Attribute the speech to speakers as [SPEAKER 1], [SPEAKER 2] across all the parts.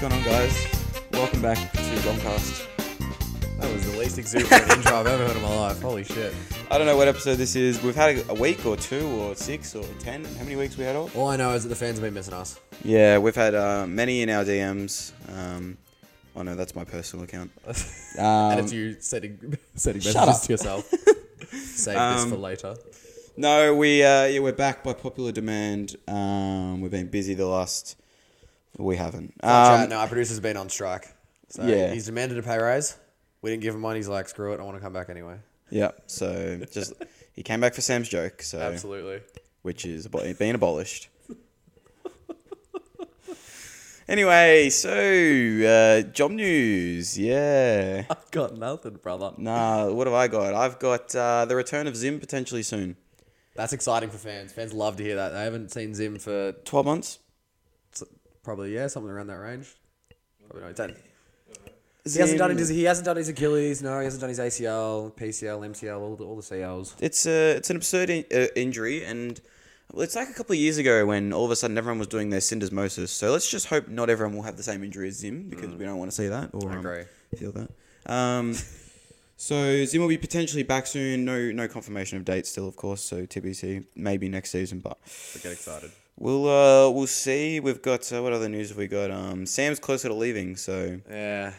[SPEAKER 1] going on, guys? Welcome back to Domcast.
[SPEAKER 2] That was the least exuberant intro I've ever heard in my life. Holy shit.
[SPEAKER 1] I don't know what episode this is. We've had a- a week or two or six or ten. How many weeks we had off?
[SPEAKER 2] All I know is that the fans have been missing us.
[SPEAKER 1] Yeah, we've had uh, many in our DMs. Um, oh no, that's my personal account.
[SPEAKER 2] and
[SPEAKER 1] Um,
[SPEAKER 2] it's you sending, sending
[SPEAKER 1] Shut
[SPEAKER 2] messages
[SPEAKER 1] up.
[SPEAKER 2] to yourself. Save this for later.
[SPEAKER 1] no, we uh, yeah we're back by popular demand. Um, we've been busy the last. We haven't.
[SPEAKER 2] Chat,
[SPEAKER 1] Um,
[SPEAKER 2] no, our producer's been on strike. So
[SPEAKER 1] Yeah.
[SPEAKER 2] he's demanded a pay raise. We didn't give him one. He's like, screw it. I want to come back anyway.
[SPEAKER 1] yeah, so just he came back for Sam's joke. So
[SPEAKER 2] Absolutely.
[SPEAKER 1] which is abo- being abolished. anyway, so uh, job news, yeah.
[SPEAKER 2] I've got nothing, brother.
[SPEAKER 1] Nah, what have I got? I've got uh, the return of Zim potentially soon.
[SPEAKER 2] That's exciting for fans. Fans love to hear that. They haven't seen Zim for
[SPEAKER 1] Twelve months.
[SPEAKER 2] s- probably, yeah, something around that range. Probably not. Ten. He
[SPEAKER 1] Zim,
[SPEAKER 2] hasn't, done his, he hasn't done his Achilles. No, he hasn't done his ACL, PCL, MCL, all the, all the CLs.
[SPEAKER 1] It's a it's an absurd in, uh, injury, and well, it's like a couple of years ago when all of a sudden everyone was doing their syndesmosis. So let's just hope not everyone will have the same injury as Zim because we don't want to see that or um,
[SPEAKER 2] Mm. agree.
[SPEAKER 1] feel that. Um, so Zim will be potentially back soon. No no confirmation of date still, of course. So TBC maybe next season, but
[SPEAKER 2] But get excited.
[SPEAKER 1] we'll uh, we'll see. We've got uh, what other news have we got? Um, Sam's closer to leaving, so
[SPEAKER 2] Yeah.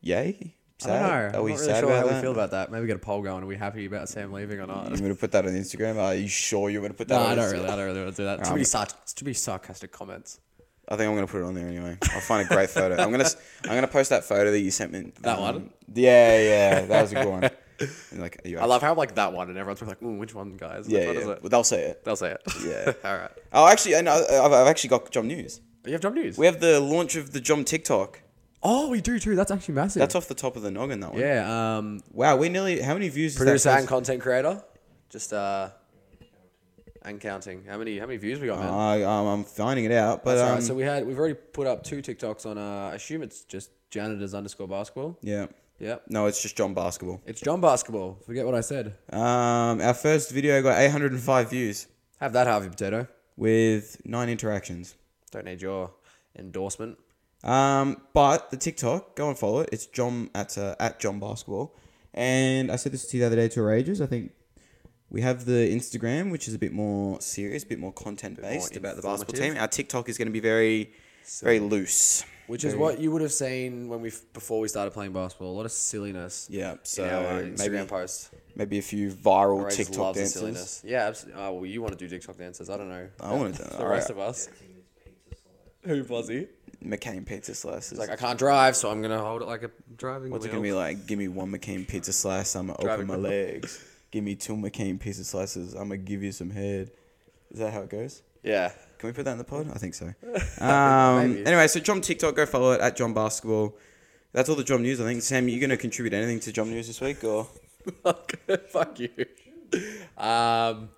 [SPEAKER 1] yay.
[SPEAKER 2] I don't know.
[SPEAKER 1] Are
[SPEAKER 2] I'm
[SPEAKER 1] we
[SPEAKER 2] not really
[SPEAKER 1] sad
[SPEAKER 2] sure
[SPEAKER 1] about
[SPEAKER 2] how we
[SPEAKER 1] that?
[SPEAKER 2] feel about that. Maybe get a poll going. Are we happy about Sam leaving or not?
[SPEAKER 1] I'm gonna put that on Instagram. Are you sure you're gonna put that?
[SPEAKER 2] No,
[SPEAKER 1] on
[SPEAKER 2] I don't
[SPEAKER 1] Instagram?
[SPEAKER 2] really. I don't really want to do that. Too many, sar- too many sarcastic comments.
[SPEAKER 1] I think I'm gonna put it on there anyway. I'll find a great photo. I'm gonna s- I'm gonna post that photo that you sent me. Um,
[SPEAKER 2] That one?
[SPEAKER 1] Yeah, yeah, that was a good one. And like, are you
[SPEAKER 2] I love how I'm like that one, and everyone's like, "Ooh, which one, guys?"
[SPEAKER 1] Yeah,
[SPEAKER 2] which one
[SPEAKER 1] yeah.
[SPEAKER 2] is
[SPEAKER 1] Well,
[SPEAKER 2] it?
[SPEAKER 1] they'll say it.
[SPEAKER 2] They'll say it.
[SPEAKER 1] Yeah.
[SPEAKER 2] All right.
[SPEAKER 1] Oh, actually, I know, I've, I've actually got Jom news.
[SPEAKER 2] You have job news.
[SPEAKER 1] We have the launch of the Jom TikTok.
[SPEAKER 2] oh, we do too. That's actually massive.
[SPEAKER 1] That's off the top of the noggin. That one.
[SPEAKER 2] yeah. Um,
[SPEAKER 1] Wow, we nearly. How many views? Is
[SPEAKER 2] producer
[SPEAKER 1] that
[SPEAKER 2] and content creator. Just uh, and counting. How many? How many views we got, man?
[SPEAKER 1] I, um, I'm finding it out, but
[SPEAKER 2] That's all
[SPEAKER 1] um,
[SPEAKER 2] right. So we had. We've already put up two TikToks on. Uh, I assume it's just janitors underscore basketball.
[SPEAKER 1] yeah.
[SPEAKER 2] Yep.
[SPEAKER 1] No, it's just John Basketball.
[SPEAKER 2] It's John Basketball. Forget what I said.
[SPEAKER 1] Um, our first video got 805 views
[SPEAKER 2] Have that Harvey Potato.
[SPEAKER 1] with nine interactions.
[SPEAKER 2] Don't need your endorsement.
[SPEAKER 1] Um, but the TikTok, go and follow it. It's John at uh, at John Basketball. And I said this to you the other day to Rages. I think we have the Instagram, which is a bit more serious, a bit more content based
[SPEAKER 2] more
[SPEAKER 1] about the basketball
[SPEAKER 2] informative.
[SPEAKER 1] team. Our TikTok is going to be very, very loose.
[SPEAKER 2] Which is what you would have seen when we f- before we started playing basketball. A lot of silliness.
[SPEAKER 1] Yeah. So
[SPEAKER 2] in our uh,
[SPEAKER 1] maybe
[SPEAKER 2] Instagram posts.
[SPEAKER 1] maybe a few viral
[SPEAKER 2] Rage
[SPEAKER 1] TikTok
[SPEAKER 2] loves the
[SPEAKER 1] dances.
[SPEAKER 2] silliness. Yeah, absolutely. Oh, well, you want to do TikTok dances? I don't know.
[SPEAKER 1] I wanna do-
[SPEAKER 2] the
[SPEAKER 1] all
[SPEAKER 2] rest
[SPEAKER 1] right.
[SPEAKER 2] of us. Who was he?
[SPEAKER 1] McCain pizza slices.
[SPEAKER 2] He's like, I can't drive, so I'm gonna hold it like a driving
[SPEAKER 1] What's it
[SPEAKER 2] wheel.
[SPEAKER 1] gonna be like? Give me one McCain pizza slice. I'ma open
[SPEAKER 2] Driving
[SPEAKER 1] my
[SPEAKER 2] wheel.
[SPEAKER 1] legs. Give me two McCain pizza slices. I'ma give you some head. Is that how it goes?
[SPEAKER 2] Yeah.
[SPEAKER 1] Can we put that in the pod? I think so. Um,
[SPEAKER 2] Maybe.
[SPEAKER 1] anyway, so John TikTok, go follow it at John Basketball. That's all the John news. I think Sam, you going to contribute anything to John news this week, or
[SPEAKER 2] Fuck you. Um,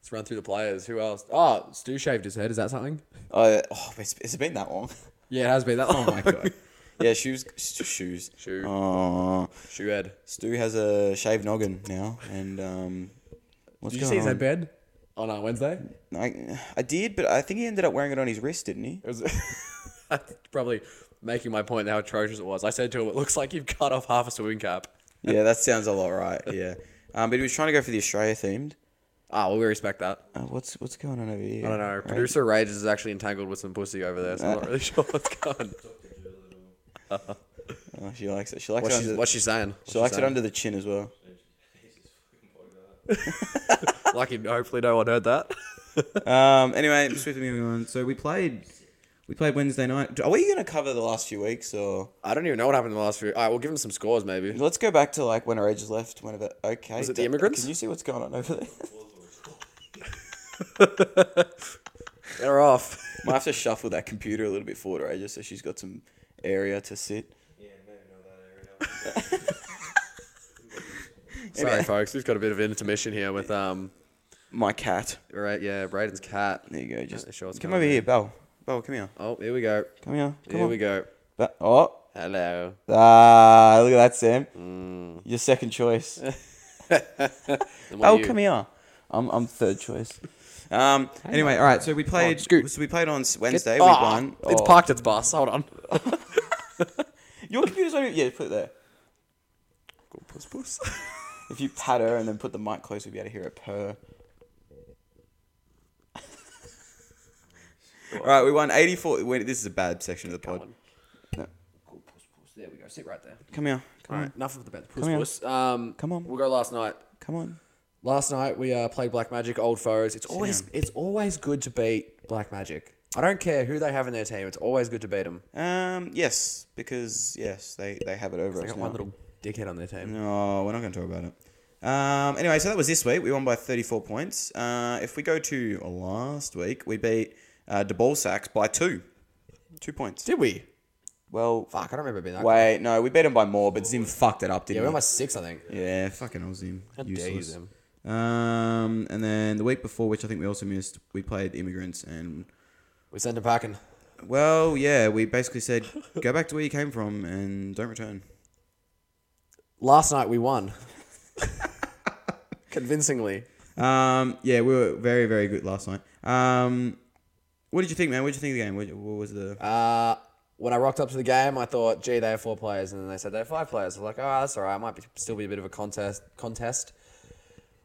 [SPEAKER 2] let's run through the players. Who else? Oh, Stu shaved his head. Is that something?
[SPEAKER 1] uh, oh, it's, it's been that long.
[SPEAKER 2] Yeah, it has been that. Long. Oh my god.
[SPEAKER 1] yeah, shoes, sh- shoes,
[SPEAKER 2] Shoe.
[SPEAKER 1] Oh,
[SPEAKER 2] Shoe head.
[SPEAKER 1] Stu has a shaved noggin now, and um, what's
[SPEAKER 2] Did you
[SPEAKER 1] going
[SPEAKER 2] see his
[SPEAKER 1] on?
[SPEAKER 2] headband on uh, Wednesday?
[SPEAKER 1] I, I did, but I think he ended up wearing it on his wrist, didn't he?
[SPEAKER 2] It was that's probably making my point how atrocious it was. I said to him, "It looks like you've cut off half a swimming cap."
[SPEAKER 1] yeah, that sounds a lot right. Yeah, um, but he was trying to go for the Australia themed.
[SPEAKER 2] Ah, well, we respect that.
[SPEAKER 1] Uh, what's what's going on over here?
[SPEAKER 2] I don't know.
[SPEAKER 1] Right?
[SPEAKER 2] Producer Rage is actually entangled with some pussy over there, so I'm not really sure what's going.
[SPEAKER 1] Oh, she likes it. She likes
[SPEAKER 2] What's
[SPEAKER 1] it.
[SPEAKER 2] she,
[SPEAKER 1] under-
[SPEAKER 2] what's she saying? What's
[SPEAKER 1] she likes it
[SPEAKER 2] saying?
[SPEAKER 1] under the chin as well.
[SPEAKER 2] Lucky, hopefully, no one heard that.
[SPEAKER 1] Um. Anyway, swiftly moving on. So we played. We played Wednesday night. Are we going to cover the last few weeks, or
[SPEAKER 2] I don't even know what happened in the last few. All right, we'll give him some scores, maybe.
[SPEAKER 1] let's go back to like when our ages left? When about okay?
[SPEAKER 2] Was it
[SPEAKER 1] da-
[SPEAKER 2] the immigrants?
[SPEAKER 1] Can you see what's going on over there?
[SPEAKER 2] They're off.
[SPEAKER 1] Might have to shuffle that computer a little bit forward, right? Just so she's got some area to sit.
[SPEAKER 2] Sorry, folks. We've got a bit of intermission here with um,
[SPEAKER 1] My cat.
[SPEAKER 2] right, yeah, Braden's cat.
[SPEAKER 1] There you go. Just
[SPEAKER 2] Not sure what's
[SPEAKER 1] come
[SPEAKER 2] going
[SPEAKER 1] over
[SPEAKER 2] on
[SPEAKER 1] here, Belle. Belle, come here.
[SPEAKER 2] Oh, here we go.
[SPEAKER 1] Come here. Come
[SPEAKER 2] here
[SPEAKER 1] on.
[SPEAKER 2] we go.
[SPEAKER 1] Be- oh.
[SPEAKER 2] Hello.
[SPEAKER 1] Ah, look at that, Sam. Your second choice.
[SPEAKER 2] And Mm. what
[SPEAKER 1] Oh,
[SPEAKER 2] are you?
[SPEAKER 1] come here. I'm I'm third choice. Um, anyway, all right. So we played.
[SPEAKER 2] Scoot.
[SPEAKER 1] so we played on s- Wednesday, week
[SPEAKER 2] Ah,
[SPEAKER 1] one.
[SPEAKER 2] It's
[SPEAKER 1] Oh.
[SPEAKER 2] parked at the bus. Hold on.
[SPEAKER 1] Your computer's over. Yeah, put it there.
[SPEAKER 2] Puss, puss.
[SPEAKER 1] If you pat her and then put the mic close, we'll be able to hear it purr. All right, we won 84. we- this is a bad section of the pod.
[SPEAKER 2] Come
[SPEAKER 1] No.
[SPEAKER 2] on. Cool, puss, puss. There we go. Sit right there.
[SPEAKER 1] Come here. Come
[SPEAKER 2] All
[SPEAKER 1] on.
[SPEAKER 2] right. Enough of the bad puss,
[SPEAKER 1] Come here.
[SPEAKER 2] puss. Um,
[SPEAKER 1] Come on.
[SPEAKER 2] We'll go last night.
[SPEAKER 1] Come on.
[SPEAKER 2] Last night we uh, played Black Magic Old Foes. It's always it's always good to beat Black Magic. I don't care who they have in their team. It's always good to beat them.
[SPEAKER 1] Um, yes, because yes, they, they have it over
[SPEAKER 2] They
[SPEAKER 1] us
[SPEAKER 2] got
[SPEAKER 1] now.
[SPEAKER 2] one little dickhead on their team.
[SPEAKER 1] No, we're not going to talk about it. Um, anyway, so that was this week. We won by 34 points. Uh, if we go to last week, we beat uh, De Balsacs by two. Two points.
[SPEAKER 2] Did we?
[SPEAKER 1] Well,
[SPEAKER 2] Fuck, I don't remember being that. good.
[SPEAKER 1] wait, no, we beat them by more, but Zim fucked it up,
[SPEAKER 2] Yeah,
[SPEAKER 1] didn't
[SPEAKER 2] we
[SPEAKER 1] he?
[SPEAKER 2] went by six, I think.
[SPEAKER 1] Yeah, fucking old Zim.
[SPEAKER 2] How dare you,
[SPEAKER 1] Useless.
[SPEAKER 2] Zim.
[SPEAKER 1] Um, and then the week before, which I think we also missed, we played immigrants, and
[SPEAKER 2] We sent him packing.
[SPEAKER 1] well, yeah, we basically said go back to where you came from and don't return.
[SPEAKER 2] Last night we won. Convincingly.
[SPEAKER 1] Um, yeah, we were very very good last night. Um, what did you think, man? What did you think of the game? What, what was the?
[SPEAKER 2] Uh, when I rocked up to the game, I thought, gee, they have four players, and then they said they have five players. I was like, oh, that's all right. It might be, still be a bit of a contest. Contest.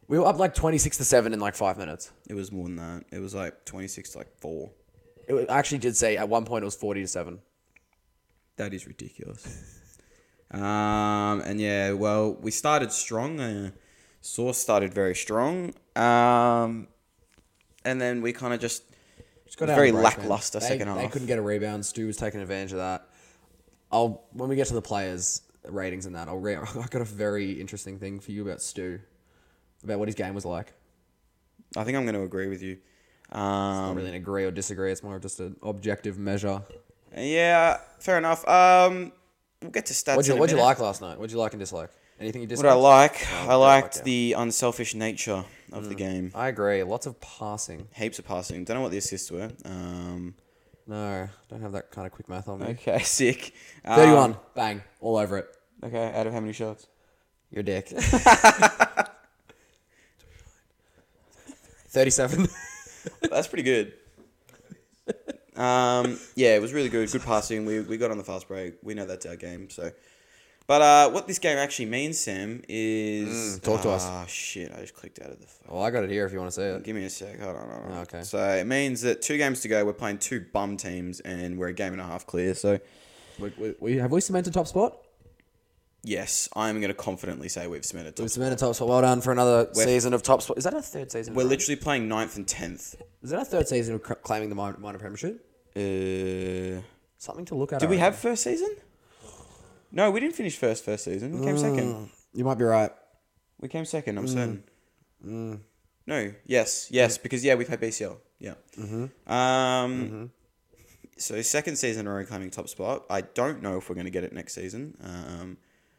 [SPEAKER 2] We were up like twenty six to seven in like five minutes.
[SPEAKER 1] It was more than that. It was like twenty six, like four.
[SPEAKER 2] It wa- I actually did say at one point it was forty to seven.
[SPEAKER 1] That is ridiculous. um, and yeah, well, we started strong. Uh, Source started very strong. Um, and then we kind of just.
[SPEAKER 2] Just
[SPEAKER 1] It was
[SPEAKER 2] down
[SPEAKER 1] very
[SPEAKER 2] the break, man.
[SPEAKER 1] lackluster
[SPEAKER 2] They-
[SPEAKER 1] second
[SPEAKER 2] They
[SPEAKER 1] half.
[SPEAKER 2] couldn't get a rebound. Stu was taking advantage of that. I'll when we get to the players ratings and that, I'll re- I got a very interesting thing for you about Stu, about what his game was like.
[SPEAKER 1] I think I'm going to agree with you. Um,
[SPEAKER 2] I don't really agree or disagree. It's more of just an objective measure.
[SPEAKER 1] yeah, fair enough. Um, we'll get to stats.
[SPEAKER 2] What'd you,
[SPEAKER 1] in a
[SPEAKER 2] what'd you
[SPEAKER 1] minute.
[SPEAKER 2] like last night? What'd you like and dislike? Anything you
[SPEAKER 1] What I
[SPEAKER 2] disliked?
[SPEAKER 1] like, I liked
[SPEAKER 2] okay.
[SPEAKER 1] the unselfish nature of the game.
[SPEAKER 2] I agree. Lots of passing.
[SPEAKER 1] Heaps of passing. Don't know what the assists were. Um,
[SPEAKER 2] No, don't have that kind of quick math on me.
[SPEAKER 1] okay, sick. Um,
[SPEAKER 2] 31. Bang. All over it.
[SPEAKER 1] Okay, out of how many shots?
[SPEAKER 2] Your dick. 37.
[SPEAKER 1] That's pretty good. Um, yeah, it was really good. Good passing. We, we got on the fast break. We know that's our game. So, but uh, what this game actually means, Sam, is
[SPEAKER 2] Mm, talk to us.
[SPEAKER 1] Ah, shit! I just clicked out of the. Fuck.
[SPEAKER 2] Well, I got it here if you want to see it.
[SPEAKER 1] Give me a sec. Hold on, hold on.
[SPEAKER 2] Okay.
[SPEAKER 1] So it means that two games to go. We're playing two bum teams, and we're a game and a half clear. So
[SPEAKER 2] We, we, we, have we cemented top spot?
[SPEAKER 1] yes, I'm going to confidently say we've cemented top.
[SPEAKER 2] We've cemented top spot. Well done for another
[SPEAKER 1] We're-
[SPEAKER 2] season of top spot. Is that our third season? in
[SPEAKER 1] We're
[SPEAKER 2] a row?
[SPEAKER 1] literally playing ninth and tenth.
[SPEAKER 2] Is that our third season of cr- claiming the minor, minor premiership?
[SPEAKER 1] Uh,
[SPEAKER 2] Something to look at.
[SPEAKER 1] did
[SPEAKER 2] I
[SPEAKER 1] we
[SPEAKER 2] reckon.
[SPEAKER 1] have first season? No, we didn't finish first. First season. We came second.
[SPEAKER 2] Mm, You might be right.
[SPEAKER 1] We came second, I'm certain. Mm. No, yes, yes, because yeah, we played BCL. Yeah. Mm. Mm-hmm. Um, So second season are claiming top spot. I don't know if we're going to get it next season, um,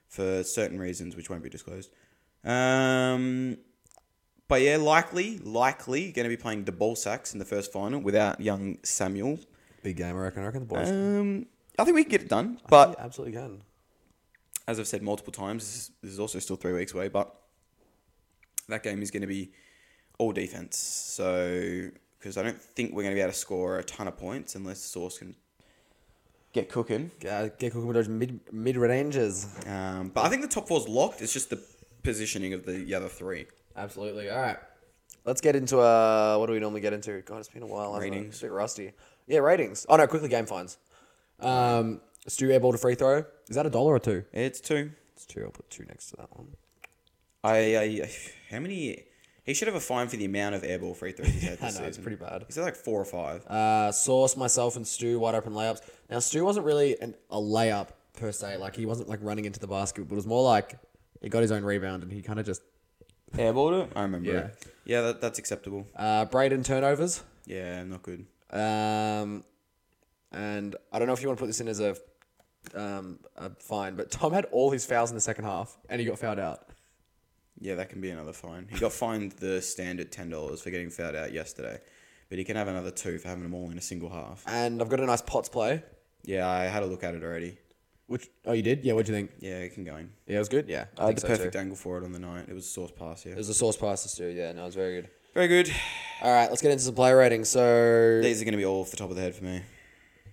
[SPEAKER 1] for certain reasons which won't be disclosed. Um, but yeah, likely, likely going to be playing the ball sacks in the first final without young Samuel.
[SPEAKER 2] Big game, I reckon. I reckon the boys.
[SPEAKER 1] Um, I think we can get it done, but
[SPEAKER 2] Yeah, absolutely can.
[SPEAKER 1] as I've said multiple times, this is, this is also still three weeks away, but that game is going to be all defense. So, because I don't think we're going to be able to score a ton of points unless Source can get cooking.
[SPEAKER 2] Uh, get cooking with those mid mid ranges.
[SPEAKER 1] Um, but I think the top four's locked. It's just the positioning of the, the other three.
[SPEAKER 2] Absolutely. All right. Let's get into uh, what do we normally get into? God, it's been a while. hasn't it?
[SPEAKER 1] Ratings.
[SPEAKER 2] It's a bit rusty. Yeah, ratings. Oh no, quickly game finds. Um, Stu airball to free throw. Is that a dollar or two?
[SPEAKER 1] It's two.
[SPEAKER 2] It's two. I'll put two next to that one.
[SPEAKER 1] I, I how many? He should have a fine for the amount of airball free throws he's had
[SPEAKER 2] I
[SPEAKER 1] this
[SPEAKER 2] know it's
[SPEAKER 1] season.
[SPEAKER 2] pretty bad.
[SPEAKER 1] He's had like four or five.
[SPEAKER 2] Uh, Source, myself, and Stu wide open layups. Now Stu wasn't really an, a layup per se. Like he wasn't like running into the basket, but it was more like he got his own rebound and he kind of just
[SPEAKER 1] Airballed it. I remember.
[SPEAKER 2] Yeah.
[SPEAKER 1] it. yeah, that, that's acceptable.
[SPEAKER 2] uh, Braden turnovers.
[SPEAKER 1] Yeah, not good.
[SPEAKER 2] Um, and I don't know if you want to put this in as a, um, a fine, but Tom had all his fouls in the second half, and he got fouled out.
[SPEAKER 1] Yeah, that can be another fine. He got fined the standard ten dollars for getting fouled out yesterday, but he can have another two for having them all in a single half.
[SPEAKER 2] And I've got a nice Potts play,
[SPEAKER 1] Yeah, I had a look at it already.
[SPEAKER 2] which oh you did, yeah. What'd you think?
[SPEAKER 1] Yeah, it can go in.
[SPEAKER 2] Yeah, it was good. Yeah,
[SPEAKER 1] I had the
[SPEAKER 2] so too.
[SPEAKER 1] perfect angle for it on the night. It was a source pass. Yeah.
[SPEAKER 2] It was a source pass to Stu. Yeah, no, it was very good.
[SPEAKER 1] Very good.
[SPEAKER 2] All right, let's get into some player ratings. So
[SPEAKER 1] These are going to be all off the top of the head for me.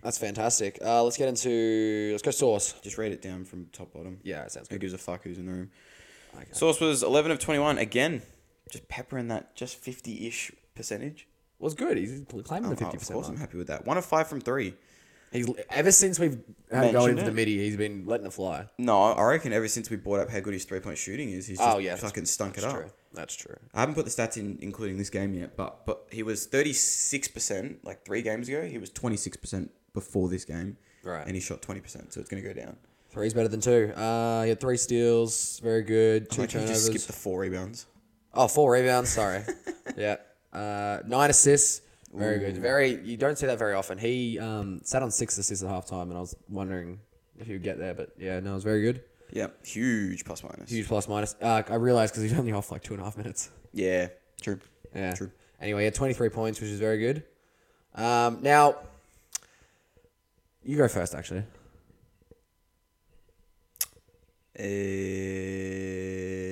[SPEAKER 2] that's fantastic. Uh, let's get into let's go source.
[SPEAKER 1] Just rate it down from top bottom.
[SPEAKER 2] Yeah, it sounds
[SPEAKER 1] Who
[SPEAKER 2] good.
[SPEAKER 1] gives a fuck who's in the room?
[SPEAKER 2] Okay.
[SPEAKER 1] Source was 11 of 21. Again, just peppering that just 50 ish percentage.
[SPEAKER 2] Was good. He's claiming
[SPEAKER 1] Oh,
[SPEAKER 2] the
[SPEAKER 1] oh,
[SPEAKER 2] fifty
[SPEAKER 1] of course, I'm
[SPEAKER 2] percent.
[SPEAKER 1] happy with that. One of five from three.
[SPEAKER 2] He's ever since we've had
[SPEAKER 1] Mentioned
[SPEAKER 2] going into
[SPEAKER 1] it.
[SPEAKER 2] the midi, he's been letting it fly.
[SPEAKER 1] No, I I reckon ever since we brought up how good his three point shooting is, he's just
[SPEAKER 2] Oh, yeah, that's-
[SPEAKER 1] fucking stunk it
[SPEAKER 2] That's
[SPEAKER 1] up.
[SPEAKER 2] true. That's true.
[SPEAKER 1] I haven't put the stats in, including this game yet, but but he was 36% like three games ago. He was 26% before this game.
[SPEAKER 2] Right.
[SPEAKER 1] And he shot 20%, so it's going to go down.
[SPEAKER 2] Three's better than two. Uh, he had three steals, very good. Two
[SPEAKER 1] Like he just
[SPEAKER 2] turnovers.
[SPEAKER 1] skipped the four rebounds.
[SPEAKER 2] Oh, four rebounds. Sorry. yeah. Uh, nine assists. Very good. Very. You don't see that very often. He um, sat on six assists at halftime, and I was wondering if he would get there, but yeah, no, it was very good.
[SPEAKER 1] Yep. Huge plus minus.
[SPEAKER 2] Huge plus minus. Uh, I realized because he's only off like two and a half minutes.
[SPEAKER 1] Yeah. True.
[SPEAKER 2] Yeah.
[SPEAKER 1] True.
[SPEAKER 2] Anyway, he had twenty three points, which is very good. Um, now, you go first, actually.
[SPEAKER 1] Uh,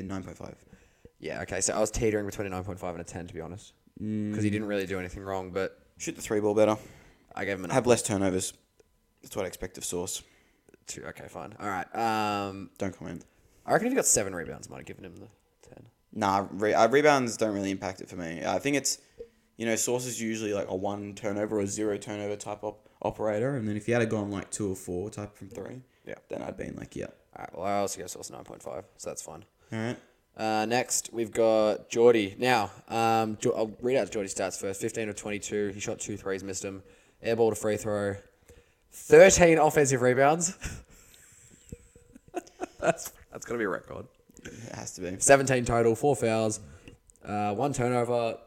[SPEAKER 1] 9.5.
[SPEAKER 2] Yeah. Okay. So I was teetering between a nine point five and a ten, to be honest, because he didn't really do anything wrong, but
[SPEAKER 1] Shoot the three ball better.
[SPEAKER 2] I gave him an
[SPEAKER 1] Have less turnovers. That's what I expect of Source.
[SPEAKER 2] two. Okay, fine. All right. Um,
[SPEAKER 1] Don't comment.
[SPEAKER 2] I reckon if he got seven rebounds, I might have given him the ten.
[SPEAKER 1] Nah, re- uh, rebounds don't really impact it for me. I think it's, you know, Source is usually like a one turnover or zero turnover type op- operator. And then if he had gone like two or four type from three,
[SPEAKER 2] Yeah.
[SPEAKER 1] then I'd been like, yeah.
[SPEAKER 2] All right. Well, I also gave Source nine point five, so that's fine.
[SPEAKER 1] All right.
[SPEAKER 2] Uh, next, we've got Geordie. Now, um, Jo- I'll read out Geordie's stats first. 15 of 22. He shot two threes, missed them. Airball to free throw. 13 offensive rebounds. that's that's going to be a record.
[SPEAKER 1] It has to be.
[SPEAKER 2] 17 total, four fouls, uh, one turnover.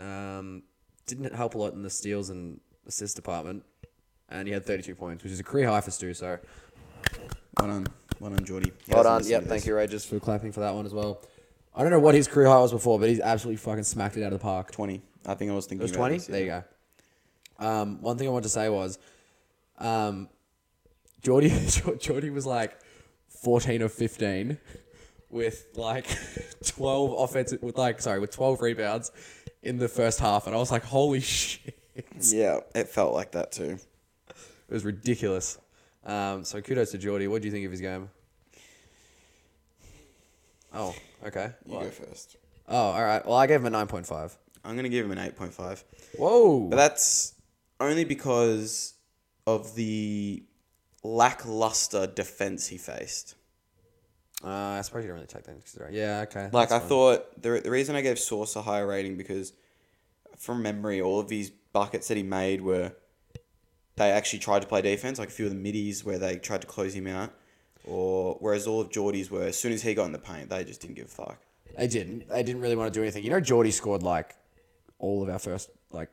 [SPEAKER 2] Um, didn't help a lot in the steals and assist department. And he had 32 points, which is a career high for Stu. So
[SPEAKER 1] One on, one on Geordie. He doesn't
[SPEAKER 2] well done.
[SPEAKER 1] listen
[SPEAKER 2] Yep,
[SPEAKER 1] to
[SPEAKER 2] thank
[SPEAKER 1] this.
[SPEAKER 2] you, Rages, for clapping for that one as well. I don't know what his career high was before, but he's absolutely fucking smacked it out of the park.
[SPEAKER 1] 20. I think I was thinking
[SPEAKER 2] It was
[SPEAKER 1] about
[SPEAKER 2] 20?
[SPEAKER 1] this, yeah.
[SPEAKER 2] There you go. Um, one thing I wanted to say was um, Geordie, Geordie was like 14 or 15 with like 12 offensive, with like, sorry, with 12 rebounds in the first half. And I was like, holy shit. It
[SPEAKER 1] Yeah, it felt like that too.
[SPEAKER 2] was ridiculous. Um, so kudos to Geordie. What do you think of his game? Oh, okay. What?
[SPEAKER 1] go first.
[SPEAKER 2] Oh, all right. Well, I gave him a 9.5.
[SPEAKER 1] I'm going to give him an 8.5.
[SPEAKER 2] Whoa.
[SPEAKER 1] But that's only because of the lackluster defense he faced.
[SPEAKER 2] Uh, I suppose you don't really take that into consideration. Yeah, okay.
[SPEAKER 1] Like
[SPEAKER 2] that's
[SPEAKER 1] I
[SPEAKER 2] fine.
[SPEAKER 1] thought the the reason I gave Source a higher rating because from memory all of these buckets that he made were they actually tried to play defense, like a few of the middies where they tried to close him out. Or whereas all of Geordie's were as soon as he got in the paint, they just didn't give a fuck.
[SPEAKER 2] They didn't. They didn't really want to do anything. You know, Geordie scored like all of our first like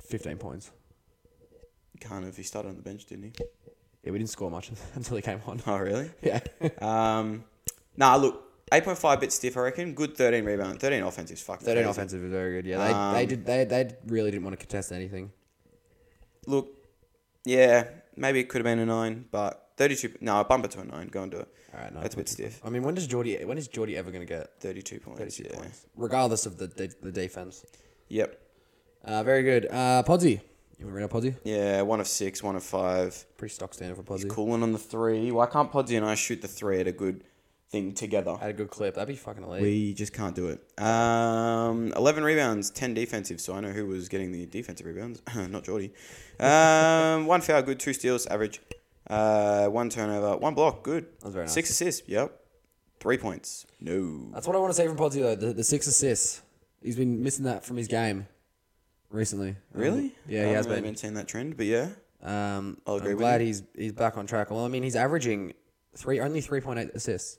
[SPEAKER 2] fifteen points.
[SPEAKER 1] Kind of he started on the bench, didn't he?
[SPEAKER 2] Yeah, we didn't score much until he came on.
[SPEAKER 1] Oh really?
[SPEAKER 2] Yeah.
[SPEAKER 1] Um Nah look, eight point five bit stiff I reckon. Good thirteen rebound, thirteen offensive fuck.
[SPEAKER 2] They don't offensive is very good. Yeah, they, they
[SPEAKER 1] Um,
[SPEAKER 2] did. They, they really didn't want to contest anything.
[SPEAKER 1] Look, yeah, maybe it could have been a nine, but thirty two no, bump it to a nine, go and do it.
[SPEAKER 2] All right, no,
[SPEAKER 1] That's a bit stiff.
[SPEAKER 2] I mean, when does Geordie? When is Geordie ever going to get
[SPEAKER 1] Thirty two points.
[SPEAKER 2] thirty-two
[SPEAKER 1] yeah.
[SPEAKER 2] points? Regardless of the the, the defense.
[SPEAKER 1] Yep.
[SPEAKER 2] Uh, very good. Uh, Podsy, you want to read out Podsy?
[SPEAKER 1] Yeah, one of six, one of five.
[SPEAKER 2] Pretty stock standard for Podsy.
[SPEAKER 1] Cooling on the three. Why can't Podsy and I shoot the three at a good thing together?
[SPEAKER 2] Had a good clip. That'd be fucking elite.
[SPEAKER 1] We just can't do it. Um, 11 rebounds, 10 defensive, so I know who was getting the defensive rebounds. Not Geordie. Um, one foul, good. Two steals, average. Uh, one turnover, one block, good.
[SPEAKER 2] was very nice. Um,
[SPEAKER 1] Six assists, yep. Three points, no.
[SPEAKER 2] That's what I want to say from Podsy though. The, the six assists. He's been missing that from his game recently.
[SPEAKER 1] Really?
[SPEAKER 2] Yeah,
[SPEAKER 1] I
[SPEAKER 2] he
[SPEAKER 1] haven't
[SPEAKER 2] has
[SPEAKER 1] really
[SPEAKER 2] been.
[SPEAKER 1] been seeing that trend, but yeah.
[SPEAKER 2] Um,
[SPEAKER 1] I'll agree
[SPEAKER 2] I'm
[SPEAKER 1] with
[SPEAKER 2] glad he's he's back on track. Well, I mean, he's averaging three only three point eight assists.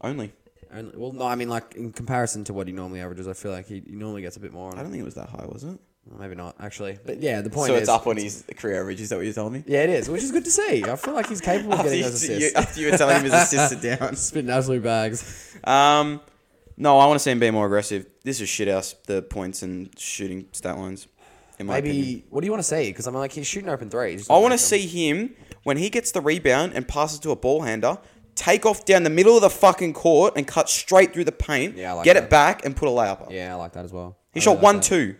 [SPEAKER 1] Only.
[SPEAKER 2] And well, no, I mean like in comparison to what he normally averages, I feel like he, he normally gets a bit more.
[SPEAKER 1] I
[SPEAKER 2] On,
[SPEAKER 1] don't think it was that high, was it?
[SPEAKER 2] well, maybe not actually, but yeah, the point
[SPEAKER 1] so
[SPEAKER 2] is
[SPEAKER 1] it's up on his career average, is that what you're telling me?
[SPEAKER 2] Yeah, it is, which is good to see. I feel like he's capable of
[SPEAKER 1] After
[SPEAKER 2] getting
[SPEAKER 1] you,
[SPEAKER 2] those
[SPEAKER 1] you,
[SPEAKER 2] assists.
[SPEAKER 1] after you were telling him his assists are down.
[SPEAKER 2] Spitting absolute bags.
[SPEAKER 1] Um, no, I want to see him be more aggressive. This is shit house, the points and shooting stat lines. In my
[SPEAKER 2] Maybe
[SPEAKER 1] opinion.
[SPEAKER 2] what do you want to see? Because I'm like he's shooting open threes.
[SPEAKER 1] I want to see him when he gets the rebound and passes to a ball hander, take off down the middle of the fucking court and cut straight through the paint,
[SPEAKER 2] Yeah, I like
[SPEAKER 1] get
[SPEAKER 2] that.
[SPEAKER 1] it back, and put a layup up.
[SPEAKER 2] Yeah, I like that as well.
[SPEAKER 1] He
[SPEAKER 2] I
[SPEAKER 1] shot
[SPEAKER 2] really like
[SPEAKER 1] one
[SPEAKER 2] that.
[SPEAKER 1] two.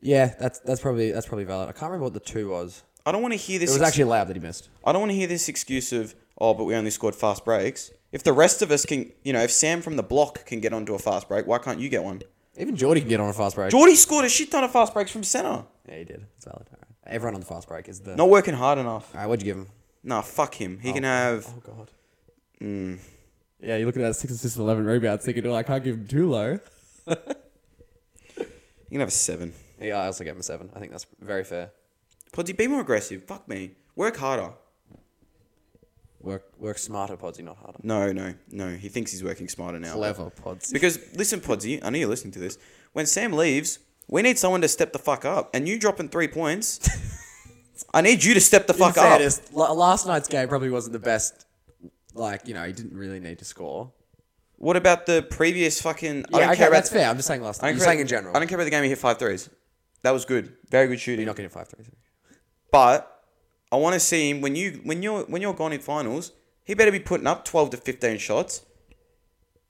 [SPEAKER 2] Yeah, that's that's probably that's probably valid. I can't remember what the two was.
[SPEAKER 1] I don't want to hear
[SPEAKER 2] It
[SPEAKER 1] this.
[SPEAKER 2] was
[SPEAKER 1] ex-
[SPEAKER 2] actually loud that he missed.
[SPEAKER 1] I don't want to hear this excuse of oh, but we only scored fast breaks. If the rest of us can, you know, if Sam from the block can get onto a fast break, why can't you get one?
[SPEAKER 2] Even Geordie can get on a fast break.
[SPEAKER 1] Geordie scored a shit ton of fast breaks from center.
[SPEAKER 2] yeah, he did. It's valid. All right. Everyone on the fast break is the.
[SPEAKER 1] Not working hard enough.
[SPEAKER 2] All right, what'd you give him?
[SPEAKER 1] Nah, fuck him. He can have.
[SPEAKER 2] Oh god. Hmm. Yeah, you're looking at six assists and eleven rebounds, thinking, "Oh, I can't give him too low."
[SPEAKER 1] He can have a seven.
[SPEAKER 2] Yeah, I also gave him a seven. I think that's very fair.
[SPEAKER 1] Podsy, be more aggressive. Fuck me. Work harder.
[SPEAKER 2] Work work smarter, Podsy, not harder.
[SPEAKER 1] No, no, no. He thinks he's working smarter now.
[SPEAKER 2] Clever, Podsy.
[SPEAKER 1] Because listen, Podsy, I know you're listening to this. When Sam leaves, we need someone to step the fuck up. And you dropping three points, I need you to step the fuck
[SPEAKER 2] In
[SPEAKER 1] up.
[SPEAKER 2] fairness, la- last night's game probably wasn't the best. Like you know, he didn't really need to score.
[SPEAKER 1] What about the previous fucking?
[SPEAKER 2] Yeah,
[SPEAKER 1] I don't
[SPEAKER 2] okay,
[SPEAKER 1] care about.
[SPEAKER 2] that's fair. I'm just saying last
[SPEAKER 1] I
[SPEAKER 2] night.
[SPEAKER 1] don't
[SPEAKER 2] You're
[SPEAKER 1] care
[SPEAKER 2] saying
[SPEAKER 1] about-
[SPEAKER 2] in general.
[SPEAKER 1] I don't care about the game. He hit five threes. That was good. Very good shooting.
[SPEAKER 2] You're not getting five threes.
[SPEAKER 1] But I want to see him when you when you're when you're gone in finals. He better be putting up twelve to fifteen shots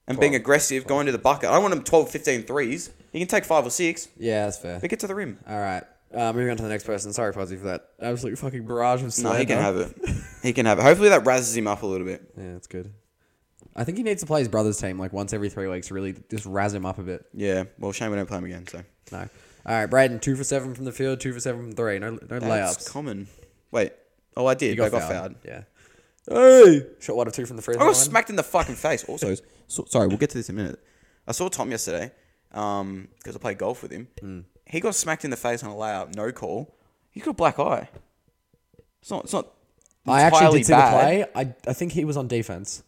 [SPEAKER 1] and being
[SPEAKER 2] 12.
[SPEAKER 1] aggressive, going to the bucket. I don't want him 12, 15 threes. He can take five or six,
[SPEAKER 2] Yeah, that's fair.
[SPEAKER 1] but get to the rim.
[SPEAKER 2] All right. Uh, moving on to the next person. Sorry, Podsy, for that absolute fucking barrage of
[SPEAKER 1] No,
[SPEAKER 2] slander.
[SPEAKER 1] he can have it. uh, He can have it. Hopefully that razzes him up a little bit.
[SPEAKER 2] Yeah, that's good. I think he needs to play his brother's team like once every three weeks to really just razz him up a bit.
[SPEAKER 1] Yeah. Well, shame we don't play him again. So
[SPEAKER 2] No. All right, Braden, two for seven from the field, two for seven from three. No, no
[SPEAKER 1] that's
[SPEAKER 2] layups.
[SPEAKER 1] common. Wait. Oh, I did.
[SPEAKER 2] You
[SPEAKER 1] I got fouled.
[SPEAKER 2] Yeah. Hey! Shot one of two from the free
[SPEAKER 1] I
[SPEAKER 2] throw
[SPEAKER 1] got
[SPEAKER 2] line.
[SPEAKER 1] Oh, smacked in the fucking face. Also, so, sorry, we'll get to this in a minute. I saw Tom yesterday because I played golf with him. He got smacked in the face on a layup, no call. He got a black eye. It's not. It's not.
[SPEAKER 2] I actually
[SPEAKER 1] entirely
[SPEAKER 2] did see
[SPEAKER 1] bad.
[SPEAKER 2] the play. I, I think he was on defense.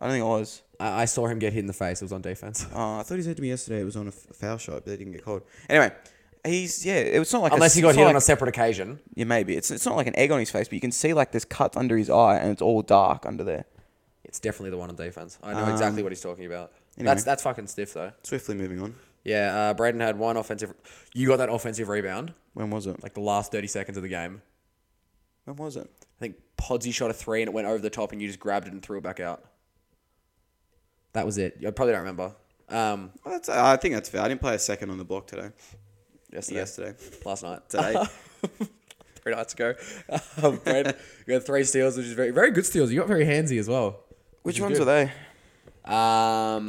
[SPEAKER 1] I don't think I was.
[SPEAKER 2] I, I saw him get hit in the face. It was on defense.
[SPEAKER 1] Uh, I thought he said to me yesterday it was on a f- foul shot, but they didn't get called. Anyway, he's yeah. It was not like a-
[SPEAKER 2] Unless he got
[SPEAKER 1] it's not
[SPEAKER 2] hit on a
[SPEAKER 1] like-
[SPEAKER 2] separate occasion.
[SPEAKER 1] yeah, maybe it's it's not like an egg on his face, but you can see like there's cuts under his eye, and it's all dark under there.
[SPEAKER 2] It's definitely the one on defense. I know exactly what he's talking about.
[SPEAKER 1] Um, anyway.
[SPEAKER 2] That's that's fucking stiff though.
[SPEAKER 1] Swiftly moving on.
[SPEAKER 2] Yeah, uh, Braden had one offensive. You got that offensive rebound,
[SPEAKER 1] When was it?
[SPEAKER 2] like the last thirty seconds of the game.
[SPEAKER 1] When was it?
[SPEAKER 2] I think Podsy shot a three and it went over the top, and you just grabbed it and threw it back out. That was it. I probably don't remember. Um,
[SPEAKER 1] Well, that's, I think that's fair. I didn't play a second on the block today.
[SPEAKER 2] yesterday,
[SPEAKER 1] Yesterday.
[SPEAKER 2] last night,
[SPEAKER 1] Today.
[SPEAKER 2] three nights ago, um, Braden you got three steals, which is very, very good steals. You got very handsy as well.
[SPEAKER 1] Which
[SPEAKER 2] is
[SPEAKER 1] ones were
[SPEAKER 2] good.
[SPEAKER 1] they?
[SPEAKER 2] Um,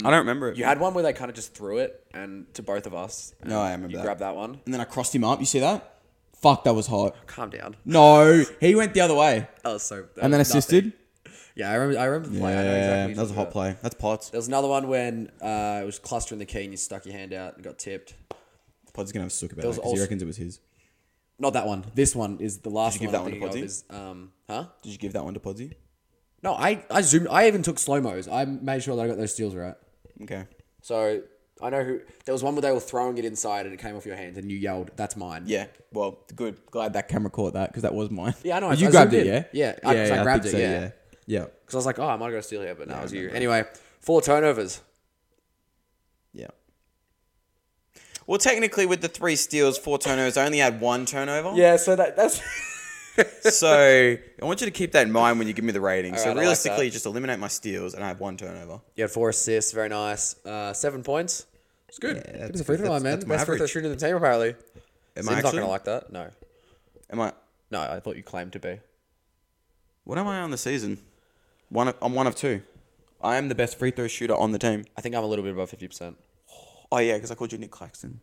[SPEAKER 1] I don't remember it.
[SPEAKER 2] You had one where they kind of just threw it and to both of us. and
[SPEAKER 1] No, I remember
[SPEAKER 2] You
[SPEAKER 1] that.
[SPEAKER 2] grabbed that one.
[SPEAKER 1] And then I crossed him up. You see that? Fuck, that was hot.
[SPEAKER 2] Calm down.
[SPEAKER 1] No, he went the other way
[SPEAKER 2] That was so. that
[SPEAKER 1] and then
[SPEAKER 2] was nothing.
[SPEAKER 1] assisted.
[SPEAKER 2] Yeah, I remember. I remember the play. I know exactly what
[SPEAKER 1] that was a
[SPEAKER 2] you're
[SPEAKER 1] hot
[SPEAKER 2] talking about.
[SPEAKER 1] play. That's Potts.
[SPEAKER 2] There was another one when uh, it was clustering the key and you stuck your hand out and got tipped.
[SPEAKER 1] Potts is gonna have a sook about it
[SPEAKER 2] was
[SPEAKER 1] because he
[SPEAKER 2] also-
[SPEAKER 1] reckons it was his.
[SPEAKER 2] Not that one. This one is the last
[SPEAKER 1] Did you give
[SPEAKER 2] one.
[SPEAKER 1] that
[SPEAKER 2] I'm
[SPEAKER 1] one to
[SPEAKER 2] thinking of is, um, huh?
[SPEAKER 1] Did you give that one to Podsy?
[SPEAKER 2] No, I, I zoomed. I even took slow mos. I made sure that I got those steals right.
[SPEAKER 1] Okay.
[SPEAKER 2] So I know who. There was one where they were throwing it inside and it came off your hand and you yelled, "That's mine."
[SPEAKER 1] Yeah. Well, good. Glad that camera caught that because that was mine.
[SPEAKER 2] Yeah, I know, I-
[SPEAKER 1] You
[SPEAKER 2] I
[SPEAKER 1] grabbed it,
[SPEAKER 2] zoomed
[SPEAKER 1] yeah?
[SPEAKER 2] in. Yeah, I- 'cause I grabbed
[SPEAKER 1] think
[SPEAKER 2] it, yeah.
[SPEAKER 1] yeah. Yeah.
[SPEAKER 2] Because I was like, "Oh, I might go steal here," but no, it was you. Anyway, four turnovers.
[SPEAKER 1] Yeah. Well, technically, with the three steals, four turnovers, I only had one turnover.
[SPEAKER 2] Yeah. So that that's.
[SPEAKER 1] So I want you to keep that in mind when you give me the rating.
[SPEAKER 2] right, I
[SPEAKER 1] so
[SPEAKER 2] like
[SPEAKER 1] realistically,
[SPEAKER 2] that.
[SPEAKER 1] just eliminate my steals, and I have one turnover.
[SPEAKER 2] you had four assists. Very nice. Uh, seven points. It's good.
[SPEAKER 1] Yeah,
[SPEAKER 2] Yeah,
[SPEAKER 1] that's
[SPEAKER 2] it's a free throw
[SPEAKER 1] good.
[SPEAKER 2] line,
[SPEAKER 1] That's- that's
[SPEAKER 2] man.
[SPEAKER 1] my
[SPEAKER 2] Best free throw
[SPEAKER 1] average.
[SPEAKER 2] shooter in the team apparently.
[SPEAKER 1] Am
[SPEAKER 2] Seems
[SPEAKER 1] I
[SPEAKER 2] not
[SPEAKER 1] actually?
[SPEAKER 2] gonna like that. No.
[SPEAKER 1] am I?
[SPEAKER 2] No, I thought you claimed to be.
[SPEAKER 1] What am I on the season? One. Of, I'm one of two. I am the best free throw shooter on the team.
[SPEAKER 2] I think I'm a little bit above fifty percent.
[SPEAKER 1] Oh yeah, because I called you Nick Claxton.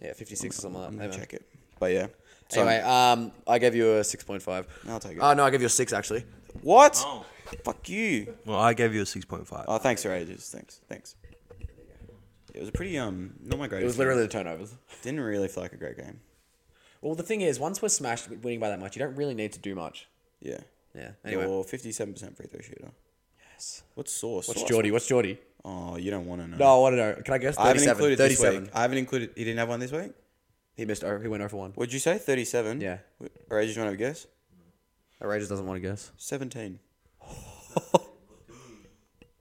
[SPEAKER 2] Yeah, fifty six or something like
[SPEAKER 1] I'm
[SPEAKER 2] that.
[SPEAKER 1] gonna
[SPEAKER 2] Amen.
[SPEAKER 1] check it. But yeah. So,
[SPEAKER 2] Anyway, um, I gave you a six point five.
[SPEAKER 1] I'll take it.
[SPEAKER 2] Oh no, I gave you a six actually.
[SPEAKER 1] what? Fuck you.
[SPEAKER 3] Well, I gave you a 6.5.
[SPEAKER 1] Oh, thanks for ages. Thanks. Thanks. It was a pretty um not my greatest.
[SPEAKER 2] It was literally the turnovers.
[SPEAKER 1] game. didn't really feel like a great game.
[SPEAKER 2] Well, the thing is, once we're smashed winning by that much, you don't really need to do much.
[SPEAKER 1] Yeah.
[SPEAKER 2] Yeah. Anyway,
[SPEAKER 1] You're 57% free throw shooter.
[SPEAKER 2] yes.
[SPEAKER 1] What's sauce?
[SPEAKER 2] What's
[SPEAKER 1] Sauce?
[SPEAKER 2] Geordie? What's Geordie?
[SPEAKER 1] Oh, you don't want to know.
[SPEAKER 2] No, I want to know. Can I guess?
[SPEAKER 1] I haven't
[SPEAKER 2] 37,
[SPEAKER 1] included
[SPEAKER 2] 37.
[SPEAKER 1] this week. I haven't included. He didn't have one this week.
[SPEAKER 2] He missed. Over, he went over one.
[SPEAKER 1] What'd you say? 37.
[SPEAKER 2] Yeah.
[SPEAKER 1] Or ages, you want to guess?
[SPEAKER 2] Outrageous doesn't want to guess.
[SPEAKER 1] 17.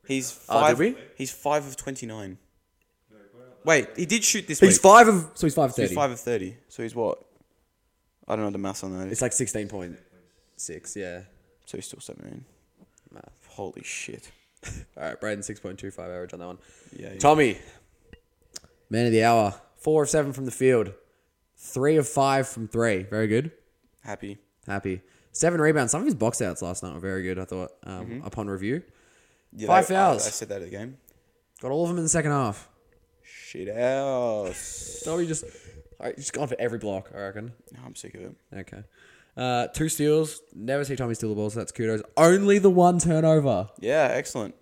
[SPEAKER 1] he's
[SPEAKER 2] Oh, did
[SPEAKER 1] five.
[SPEAKER 2] we?
[SPEAKER 1] He's five of 29. Wait, he did shoot this week.
[SPEAKER 2] five of. So he's five
[SPEAKER 1] So he's five of 30. So he's what? I don't know the maths on that.
[SPEAKER 2] It's like sixteen point six. Yeah.
[SPEAKER 1] so he's still 17.
[SPEAKER 2] Math.
[SPEAKER 1] Holy shit.
[SPEAKER 2] All right, Braden, 6.25 average on that one.
[SPEAKER 1] Yeah, yeah.
[SPEAKER 2] Tommy, man of the hour. Four of seven from the field. Three of five from three. Very good.
[SPEAKER 1] Happy.
[SPEAKER 2] Happy. Seven rebounds. Some of his box outs last night were very good, I thought, um, upon review.
[SPEAKER 1] Yeah,
[SPEAKER 2] Five
[SPEAKER 1] that- I-
[SPEAKER 2] fouls.
[SPEAKER 1] I, said that at the game.
[SPEAKER 2] Got all of them in the second half.
[SPEAKER 1] Shit house.
[SPEAKER 2] Tommy just, all right, just gone for every block, I reckon.
[SPEAKER 1] No, I'm sick of it.
[SPEAKER 2] Okay. Uh, two steals. Never see Tommy steal the ball, so that's kudos. Only the one turnover.
[SPEAKER 1] Yeah, excellent.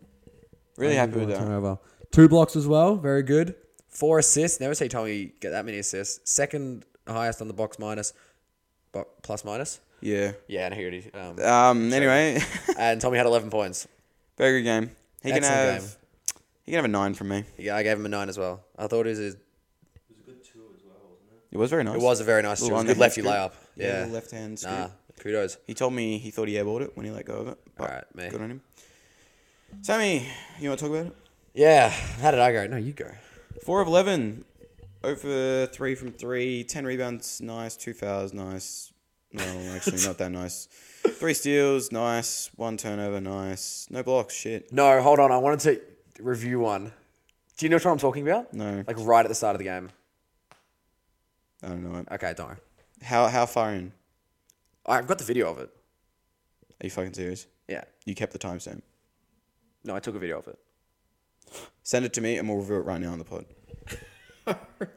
[SPEAKER 1] Really
[SPEAKER 2] Only
[SPEAKER 1] happy
[SPEAKER 2] the
[SPEAKER 1] with
[SPEAKER 2] one
[SPEAKER 1] that.
[SPEAKER 2] Turnover. Two blocks as well. Very good. Four assists. Never see Tommy get that many assists. Second highest on the box minus, but plus minus.
[SPEAKER 1] Yeah.
[SPEAKER 2] Yeah, and here it is. Um,
[SPEAKER 1] Um. Anyway,
[SPEAKER 2] and Tommy had 11 points.
[SPEAKER 1] very good game. He can
[SPEAKER 2] Excellent
[SPEAKER 1] have.
[SPEAKER 2] game.
[SPEAKER 1] He can have a nine from me.
[SPEAKER 2] Yeah, I gave him a nine as well. I thought it was a, it
[SPEAKER 1] It was very nice.
[SPEAKER 2] was a very nice, it
[SPEAKER 1] Little
[SPEAKER 2] was a good
[SPEAKER 1] underhand
[SPEAKER 2] lefty
[SPEAKER 1] scoop.
[SPEAKER 2] layup. Yeah,
[SPEAKER 1] little left-hand scoop.
[SPEAKER 2] nah, kudos.
[SPEAKER 1] He told me he thought he airballed it when he let go of it. But
[SPEAKER 2] Alright, mate.
[SPEAKER 1] Good on him. Sammy, you want to talk about it?
[SPEAKER 2] Yeah, how did I go? No, you go.
[SPEAKER 1] Four of 11. Over three from three. 10 rebounds, nice. Two fouls, nice. No, actually, not that nice. Three steals, nice. One turnover, nice. No blocks, shit.
[SPEAKER 2] No, hold on. I wanted to review one. Do you know what I'm talking about?
[SPEAKER 1] No,
[SPEAKER 2] Like right at the start of the game.
[SPEAKER 1] I don't know.
[SPEAKER 2] Okay, don't worry.
[SPEAKER 1] How, how far in?
[SPEAKER 2] I've got the video of it.
[SPEAKER 1] Are you fucking serious?
[SPEAKER 2] Yeah.
[SPEAKER 1] You kept the timestamp.
[SPEAKER 2] No, I took a video of it.
[SPEAKER 1] Send it to me and we'll review it right now on the pod.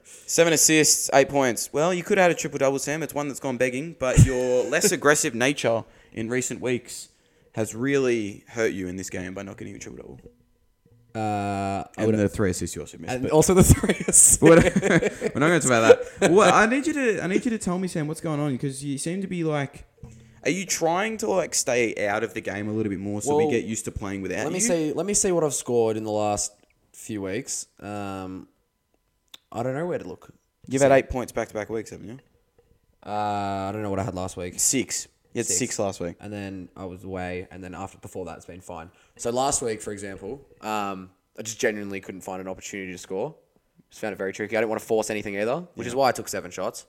[SPEAKER 1] Seven assists, eight points. Well, you could have had a triple double, Sam. It's one that's gone begging, but your less aggressive nature in recent weeks has really hurt you in this game by not getting a triple double.
[SPEAKER 2] Uh,
[SPEAKER 1] And the three assists you also missed.
[SPEAKER 2] and
[SPEAKER 1] but-
[SPEAKER 2] also the three assists.
[SPEAKER 1] We're not going to talk about that. Well, I need you to I need you to tell me, Sam, what's going on because you seem to be like. Are you trying to like stay out of the game a little bit more so
[SPEAKER 2] Well,
[SPEAKER 1] we get used to playing without
[SPEAKER 2] Let
[SPEAKER 1] you?
[SPEAKER 2] me see. Let me see what I've scored in the last few weeks. Um, I don't know where to look.
[SPEAKER 1] You've had eight points back to back weeks, haven't you?
[SPEAKER 2] Uh, I don't know what I had last week.
[SPEAKER 1] Six. You had six, last week.
[SPEAKER 2] and then I was away, and then after before that, it's been fine. So last week, for example, um, I just genuinely couldn't find an opportunity to score. Just found it very tricky. I didn't want to force anything either, which is why I took seven shots.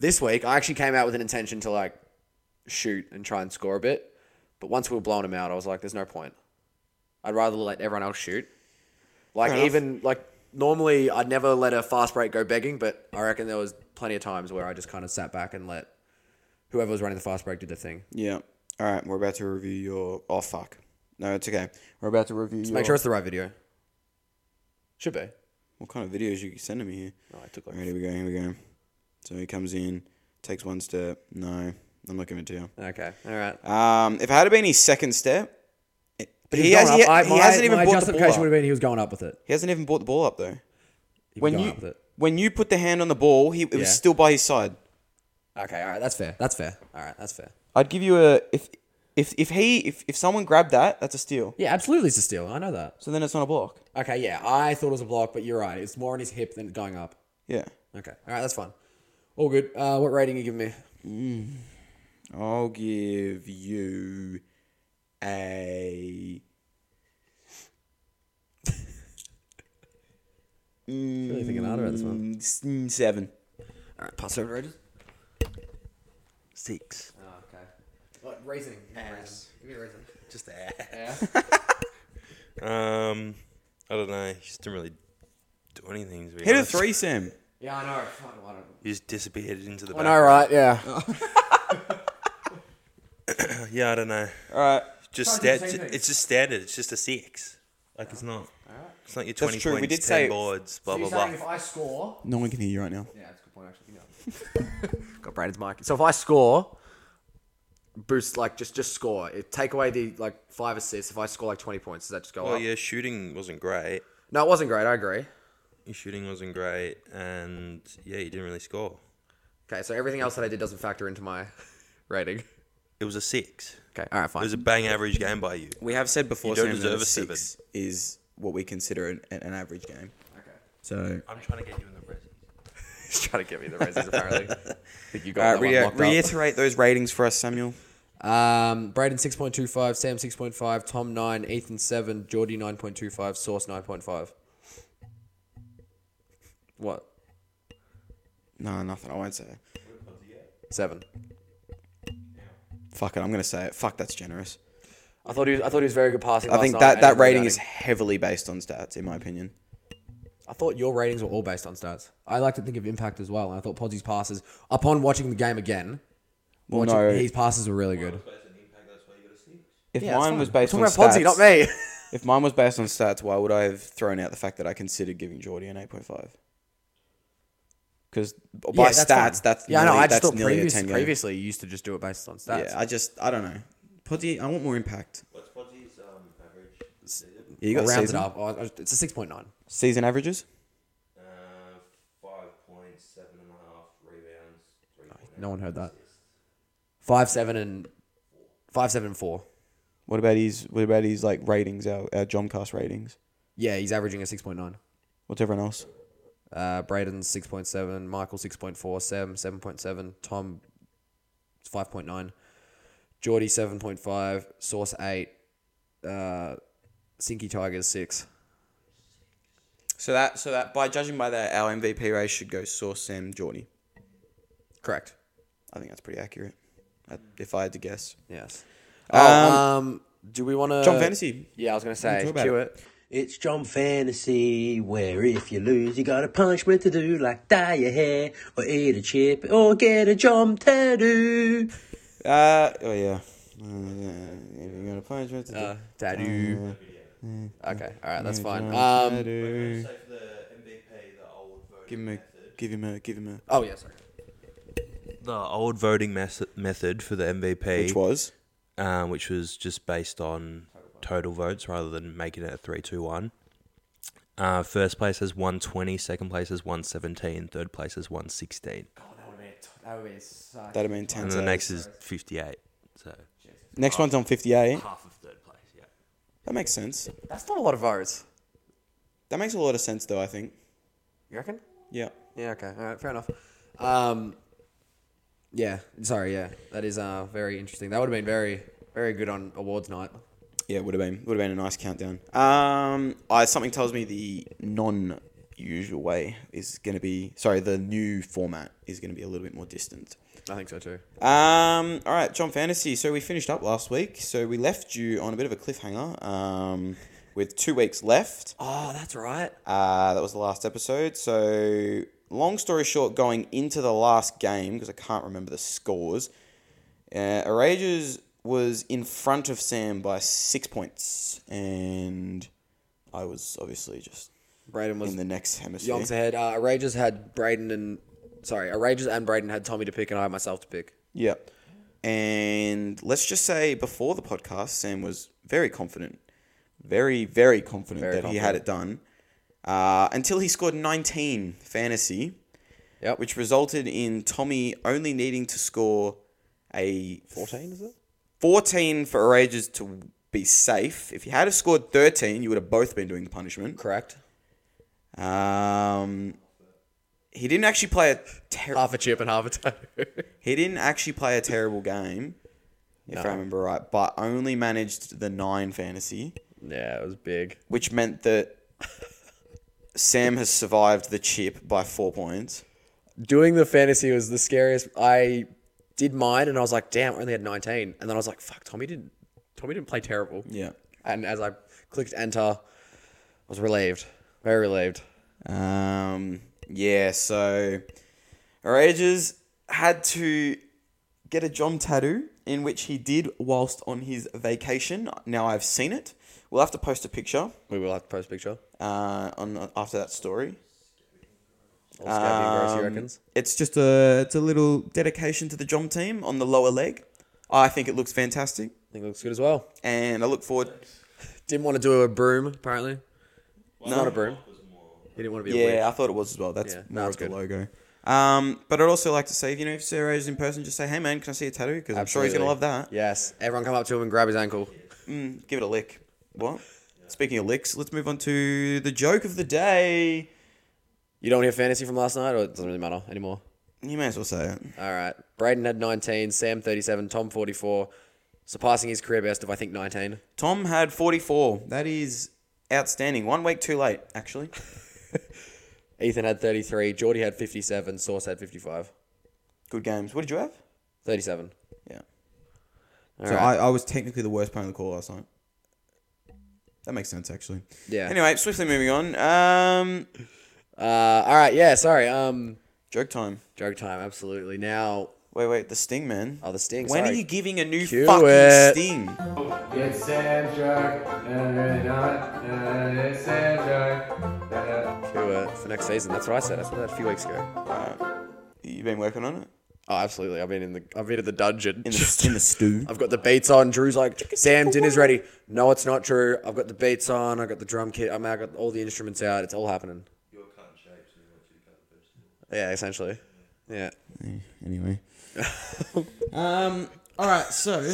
[SPEAKER 2] This week, I actually came out with an intention to like shoot and try and score a bit, but once we were blowing them out, I was like, "There's no point. I'd rather let everyone else shoot." Like
[SPEAKER 1] enough.
[SPEAKER 2] even like normally, I'd never let a fast break go begging, but I reckon there was plenty of times where I just kind of sat back and let whoever was running the fast break do their thing.
[SPEAKER 1] Yeah. All right. We're about to review your. Oh fuck. No, it's okay. We're about to review your.
[SPEAKER 2] Make sure it's the right video. Should be.
[SPEAKER 1] What kind of videos you sending me here?
[SPEAKER 2] No, Oh, I took
[SPEAKER 1] All
[SPEAKER 2] like.
[SPEAKER 1] right, here we go. Here we go. So he comes in, takes one step. No, I'm not giving it to you.
[SPEAKER 2] Okay. All right.
[SPEAKER 1] Um, if it had been his second step, it- he,
[SPEAKER 2] was
[SPEAKER 1] has,
[SPEAKER 2] going
[SPEAKER 1] he,
[SPEAKER 2] up. I-
[SPEAKER 1] he
[SPEAKER 2] my-
[SPEAKER 1] hasn't even
[SPEAKER 2] my
[SPEAKER 1] brought the ball
[SPEAKER 2] justification
[SPEAKER 1] up.
[SPEAKER 2] would have been he was going up with it.
[SPEAKER 1] He hasn't even brought the ball up though.
[SPEAKER 2] He was
[SPEAKER 1] When
[SPEAKER 2] going
[SPEAKER 1] you
[SPEAKER 2] up with it.
[SPEAKER 1] when you put the hand on the ball, he it
[SPEAKER 2] Yeah.
[SPEAKER 1] was still by his side.
[SPEAKER 2] Okay. All right. That's fair. That's fair. All right. That's fair.
[SPEAKER 1] I'd give you a if if if he if, if someone grabbed that, that's a steal.
[SPEAKER 2] Yeah. Absolutely, it's a steal. I know that.
[SPEAKER 1] So then it's not a block.
[SPEAKER 2] Okay. Yeah. I thought it was a block, but you're right. It's more on his hip than going up.
[SPEAKER 1] Yeah.
[SPEAKER 2] Okay. All right. That's fine. All good. Uh, what rating you giving me?
[SPEAKER 1] I'll give you a.
[SPEAKER 2] Really thinking hard about this one.
[SPEAKER 1] mm, s- mm, Seven.
[SPEAKER 2] All right. Pass over rated. Six. Oh, okay. What reasoning? Give me a reason. Give me a reason.
[SPEAKER 3] Just that.
[SPEAKER 2] Yeah.
[SPEAKER 3] Um, I don't know. He just didn't really do anything. To be
[SPEAKER 1] Hit a
[SPEAKER 3] honest.
[SPEAKER 1] three, Sam.
[SPEAKER 2] yeah. I know. Fuck, I don't.
[SPEAKER 3] He just disappeared into the.
[SPEAKER 2] I
[SPEAKER 3] Back.
[SPEAKER 2] know,
[SPEAKER 1] Uh,
[SPEAKER 2] right? Yeah.
[SPEAKER 3] Yeah, I don't know.
[SPEAKER 1] All right.
[SPEAKER 3] Just
[SPEAKER 2] Try to do the
[SPEAKER 3] sta-
[SPEAKER 2] same
[SPEAKER 3] ju-
[SPEAKER 2] thing.
[SPEAKER 3] It's just standard. It's just a six. Like it's not. It's not your twenty
[SPEAKER 1] true, we
[SPEAKER 3] points,
[SPEAKER 1] did
[SPEAKER 3] ten
[SPEAKER 1] say-
[SPEAKER 3] boards, blah
[SPEAKER 2] You're
[SPEAKER 3] blah
[SPEAKER 2] saying
[SPEAKER 3] blah.
[SPEAKER 2] if I score,
[SPEAKER 1] No one can hear you right now.
[SPEAKER 2] Yeah, that's a good point actually. Got Brandon's mic. So if I score, boost like just just score. It take away the like five assists. If I score like twenty points, does that just go
[SPEAKER 1] Oh,
[SPEAKER 3] Well,
[SPEAKER 2] up?
[SPEAKER 3] your Oh, shooting wasn't great.
[SPEAKER 2] No, it wasn't great. I agree.
[SPEAKER 3] Your shooting wasn't great, and yeah, you didn't really score.
[SPEAKER 2] Okay, so everything else that I did doesn't factor into my rating.
[SPEAKER 3] It was a six.
[SPEAKER 2] Okay, all right,
[SPEAKER 3] It
[SPEAKER 2] fine.
[SPEAKER 3] was a bang average game by you.
[SPEAKER 1] We have said before,
[SPEAKER 3] You don't
[SPEAKER 1] Sam,
[SPEAKER 3] deserve
[SPEAKER 1] that a
[SPEAKER 3] a seven.
[SPEAKER 1] six is what we consider an, an, an average game.
[SPEAKER 2] okay.
[SPEAKER 1] So,
[SPEAKER 3] I'm trying to get you in the red.
[SPEAKER 2] He's trying to get me the raises apparently. I think you
[SPEAKER 1] All right,
[SPEAKER 2] got that one locked up.
[SPEAKER 1] reiterate those ratings for us, Samuel.
[SPEAKER 2] Um, Braden six point two five, Sam six point five, Tom nine, Ethan seven, Geordie nine point two five, Source nine point five. What
[SPEAKER 1] No, nothing. I won't say. it.
[SPEAKER 2] seven?
[SPEAKER 1] Fuck it. I'm gonna say it. Fuck, that's generous.
[SPEAKER 2] I thought he was, I thought he was very good passing.
[SPEAKER 1] I
[SPEAKER 2] last
[SPEAKER 1] think
[SPEAKER 2] night
[SPEAKER 1] that,
[SPEAKER 2] and
[SPEAKER 1] that rating
[SPEAKER 2] rebounding.
[SPEAKER 1] is heavily based on stats, in my opinion.
[SPEAKER 2] I thought your ratings were all based on stats. I like to think of impact as well, and I thought Podsy's passes upon watching the game again.
[SPEAKER 1] Well,
[SPEAKER 2] watching-
[SPEAKER 1] no.
[SPEAKER 2] his passes were really good.
[SPEAKER 1] If
[SPEAKER 2] Yeah, that's
[SPEAKER 1] mine
[SPEAKER 2] fine.
[SPEAKER 1] was based on
[SPEAKER 2] We're talking about
[SPEAKER 1] stats,
[SPEAKER 2] Podsy, not me.
[SPEAKER 1] if mine was based on stats, why would I have thrown out the fact that I considered giving Geordie an eight point five? Because by
[SPEAKER 2] Yeah,
[SPEAKER 1] stats,
[SPEAKER 2] fine.
[SPEAKER 1] that's
[SPEAKER 2] yeah. I
[SPEAKER 1] nearly,
[SPEAKER 2] know. I just
[SPEAKER 1] that's
[SPEAKER 2] thought
[SPEAKER 1] nearly
[SPEAKER 2] previous,
[SPEAKER 1] a ten game.
[SPEAKER 2] previously you used to just do it based on stats.
[SPEAKER 1] Yeah, I just I don't know. Podgy, I want more impact.
[SPEAKER 3] What's Podsy's um, average? season?
[SPEAKER 1] Yeah, you
[SPEAKER 2] Or
[SPEAKER 1] got
[SPEAKER 2] round it
[SPEAKER 1] season,
[SPEAKER 2] up. Oh, I- it's a six point nine.
[SPEAKER 1] season averages.
[SPEAKER 3] Uh, five points, seven and a half rebounds, three. point
[SPEAKER 2] No
[SPEAKER 3] eight
[SPEAKER 2] one heard that.
[SPEAKER 3] assists.
[SPEAKER 2] Five seven and five seven and four.
[SPEAKER 1] What about his What about his like ratings? Our our Jomcast ratings.
[SPEAKER 2] Yeah, he's averaging a six point nine.
[SPEAKER 1] What's everyone else?
[SPEAKER 2] Uh, Braden's six point seven, Michael six point four, Sam seven point seven, Tom five point nine, Geordie seven point five, Source eight, uh, Sinky Tigers six.
[SPEAKER 1] So that so that by judging by that, our MVP race should go Source Sam Geordie.
[SPEAKER 2] Correct.
[SPEAKER 1] I think that's pretty accurate. uh, If I had to guess.
[SPEAKER 2] Yes. Oh, um, do we want to
[SPEAKER 1] John Fantasy.
[SPEAKER 2] Yeah, I was gonna say
[SPEAKER 1] talk about
[SPEAKER 2] cue
[SPEAKER 1] it.
[SPEAKER 2] it.
[SPEAKER 4] It's John Fantasy, where if you lose, you got a punishment to do, like dye your hair, or eat a chip, or get a John tattoo.
[SPEAKER 1] Uh oh yeah. Uh, if you're gonna punch me,
[SPEAKER 2] Uh, tattoo. Okay, all right, that's fine. Um,
[SPEAKER 1] tattoo.
[SPEAKER 3] Say for the MVP, the old voting
[SPEAKER 1] give him a,
[SPEAKER 3] method.
[SPEAKER 1] give him a, give him a.
[SPEAKER 2] oh yeah, sorry.
[SPEAKER 3] The old voting mes- method for the MVP,
[SPEAKER 1] Which was
[SPEAKER 3] um, which was just based on total votes rather than making it a three-two-one. Uh, first place has 120, second place has 117, third place has 116.
[SPEAKER 2] That would be that would be such.
[SPEAKER 1] that'd have been ten.
[SPEAKER 3] And the next is 58. So
[SPEAKER 1] next one's on fifty-eight.
[SPEAKER 3] half of third place, yeah.
[SPEAKER 1] That makes sense.
[SPEAKER 2] That's not a lot of votes.
[SPEAKER 1] That makes a lot of sense, though. I think.
[SPEAKER 2] You reckon?
[SPEAKER 1] Yeah.
[SPEAKER 2] Yeah. Okay. All right. Fair enough. Um, yeah. Sorry. Yeah. That is uh very interesting. That would have been very very good on awards night.
[SPEAKER 1] Yeah, would have been would have been a nice countdown. Um, I something tells me the non-usual way is going to be sorry, the new format is going to be a little bit more distant.
[SPEAKER 2] I think so too.
[SPEAKER 1] Um, all right, John Fantasy. So we finished up last week. So we left you on a bit of a cliffhanger. Um, with two weeks left.
[SPEAKER 2] Oh, that's right.
[SPEAKER 1] Uh, that was the last episode. So, long story short, going into the last game, because I can't remember the scores, uh, Arages was in front of Sam by six points. And I was obviously just
[SPEAKER 2] Braden was
[SPEAKER 1] in the next hemisphere.
[SPEAKER 2] yonks ahead. Uh, Rangers had Braden and sorry, Rangers and Braden had Tommy to pick, and I had myself to pick.
[SPEAKER 1] Yeah. And let's just say before the podcast, Sam was very confident, very, very confident that he had it done uh, until he scored 19 fantasy,
[SPEAKER 2] Yep.
[SPEAKER 1] which resulted in Tommy only needing to score a
[SPEAKER 2] 14 is it?
[SPEAKER 1] 14 for Rages to be safe. If he had have scored 13, you would have both been doing punishment.
[SPEAKER 2] Correct.
[SPEAKER 1] Um, he didn't actually play a ter-
[SPEAKER 2] Half a chip and half a toe.
[SPEAKER 1] He didn't actually play a terrible game, if I remember right, but only managed the nine fantasy,
[SPEAKER 2] yeah, it was big.
[SPEAKER 1] which meant that Sam has survived the chip by four points.
[SPEAKER 2] doing the fantasy was the scariest. I did mine, and I was like, "Damn, I only had 19." And then I was like, "Fuck, Tommy didn't. Tommy didn't play terrible."
[SPEAKER 1] Yeah.
[SPEAKER 2] And as I clicked enter, I was relieved, very relieved.
[SPEAKER 1] Um, yeah, so Rages had to get a John tattoo, in which he did whilst on his vacation. Now I've seen it. We'll have to post a picture
[SPEAKER 2] We will have to post a picture.
[SPEAKER 1] uh, on after that story.
[SPEAKER 2] Old Scabby and Gross, he
[SPEAKER 1] Um,
[SPEAKER 2] reckons.
[SPEAKER 1] It's just a it's a little dedication to the Jom team on the lower leg. I think it looks fantastic,
[SPEAKER 2] I think it looks good as well.
[SPEAKER 1] and I look forward.
[SPEAKER 2] Didn't want to do a broom. Apparently,
[SPEAKER 1] No.
[SPEAKER 2] not a broom. He didn't want to be a
[SPEAKER 1] Yeah,
[SPEAKER 2] witch.
[SPEAKER 1] I thought it was as well. That's
[SPEAKER 2] Yeah, no,
[SPEAKER 1] more
[SPEAKER 2] it's
[SPEAKER 1] of the
[SPEAKER 2] good.
[SPEAKER 1] logo. Um, but I'd also like to say, if you know, if Sarah is in person, just say, "Hey man, can I see a tattoo?" Because I'm sure he's gonna
[SPEAKER 2] Absolutely.
[SPEAKER 1] love that.
[SPEAKER 2] Yes, everyone come up to him and grab his ankle.
[SPEAKER 1] Mm, give it a lick. What? Speaking of licks, let's move on to the joke of the day.
[SPEAKER 2] You don't hear fantasy from last night, or it doesn't really matter anymore.
[SPEAKER 1] You may as well say it.
[SPEAKER 2] All right. Braden had 19, Sam 37, Tom 44, surpassing his career best of I think 19.
[SPEAKER 1] Tom had 44. That is outstanding. One week too late, actually.
[SPEAKER 2] Ethan had 33, Geordie had 57, Source had 55.
[SPEAKER 1] Good games. What did you have?
[SPEAKER 2] 37.
[SPEAKER 1] Yeah. so I, I was technically the worst player on the call last night. That makes sense, actually.
[SPEAKER 2] Yeah.
[SPEAKER 1] Anyway, swiftly moving on. Um,
[SPEAKER 2] Uh, all right. Yeah. Sorry. Um,
[SPEAKER 1] joke time.
[SPEAKER 2] drug time. Absolutely. Now,
[SPEAKER 1] Wait, wait. The sting, man.
[SPEAKER 2] oh, the sting.
[SPEAKER 1] when
[SPEAKER 2] sorry.
[SPEAKER 1] are you giving a new
[SPEAKER 2] Cue
[SPEAKER 1] fucking
[SPEAKER 2] it.
[SPEAKER 1] sting?
[SPEAKER 5] It's Sam Shark. Uh, not, uh, it's Sam Shark. Uh,
[SPEAKER 2] Who, uh, for next season? That's what I said. I said that a few weeks ago.
[SPEAKER 1] You've been working on it
[SPEAKER 2] Oh, absolutely. I've been in the. I've been in the dungeon.
[SPEAKER 1] in the, in the stew.
[SPEAKER 2] I've got the beats on. Drew's like, Sam, dinner's ready. No, it's not, Drew. I've got the beats on. I've got the drum kit. I'm. I got all the instruments out. It's all happening. You're cutting shapes. And you want you to cut the Yeah, essentially. Yeah.
[SPEAKER 1] Anyway. um. All right. So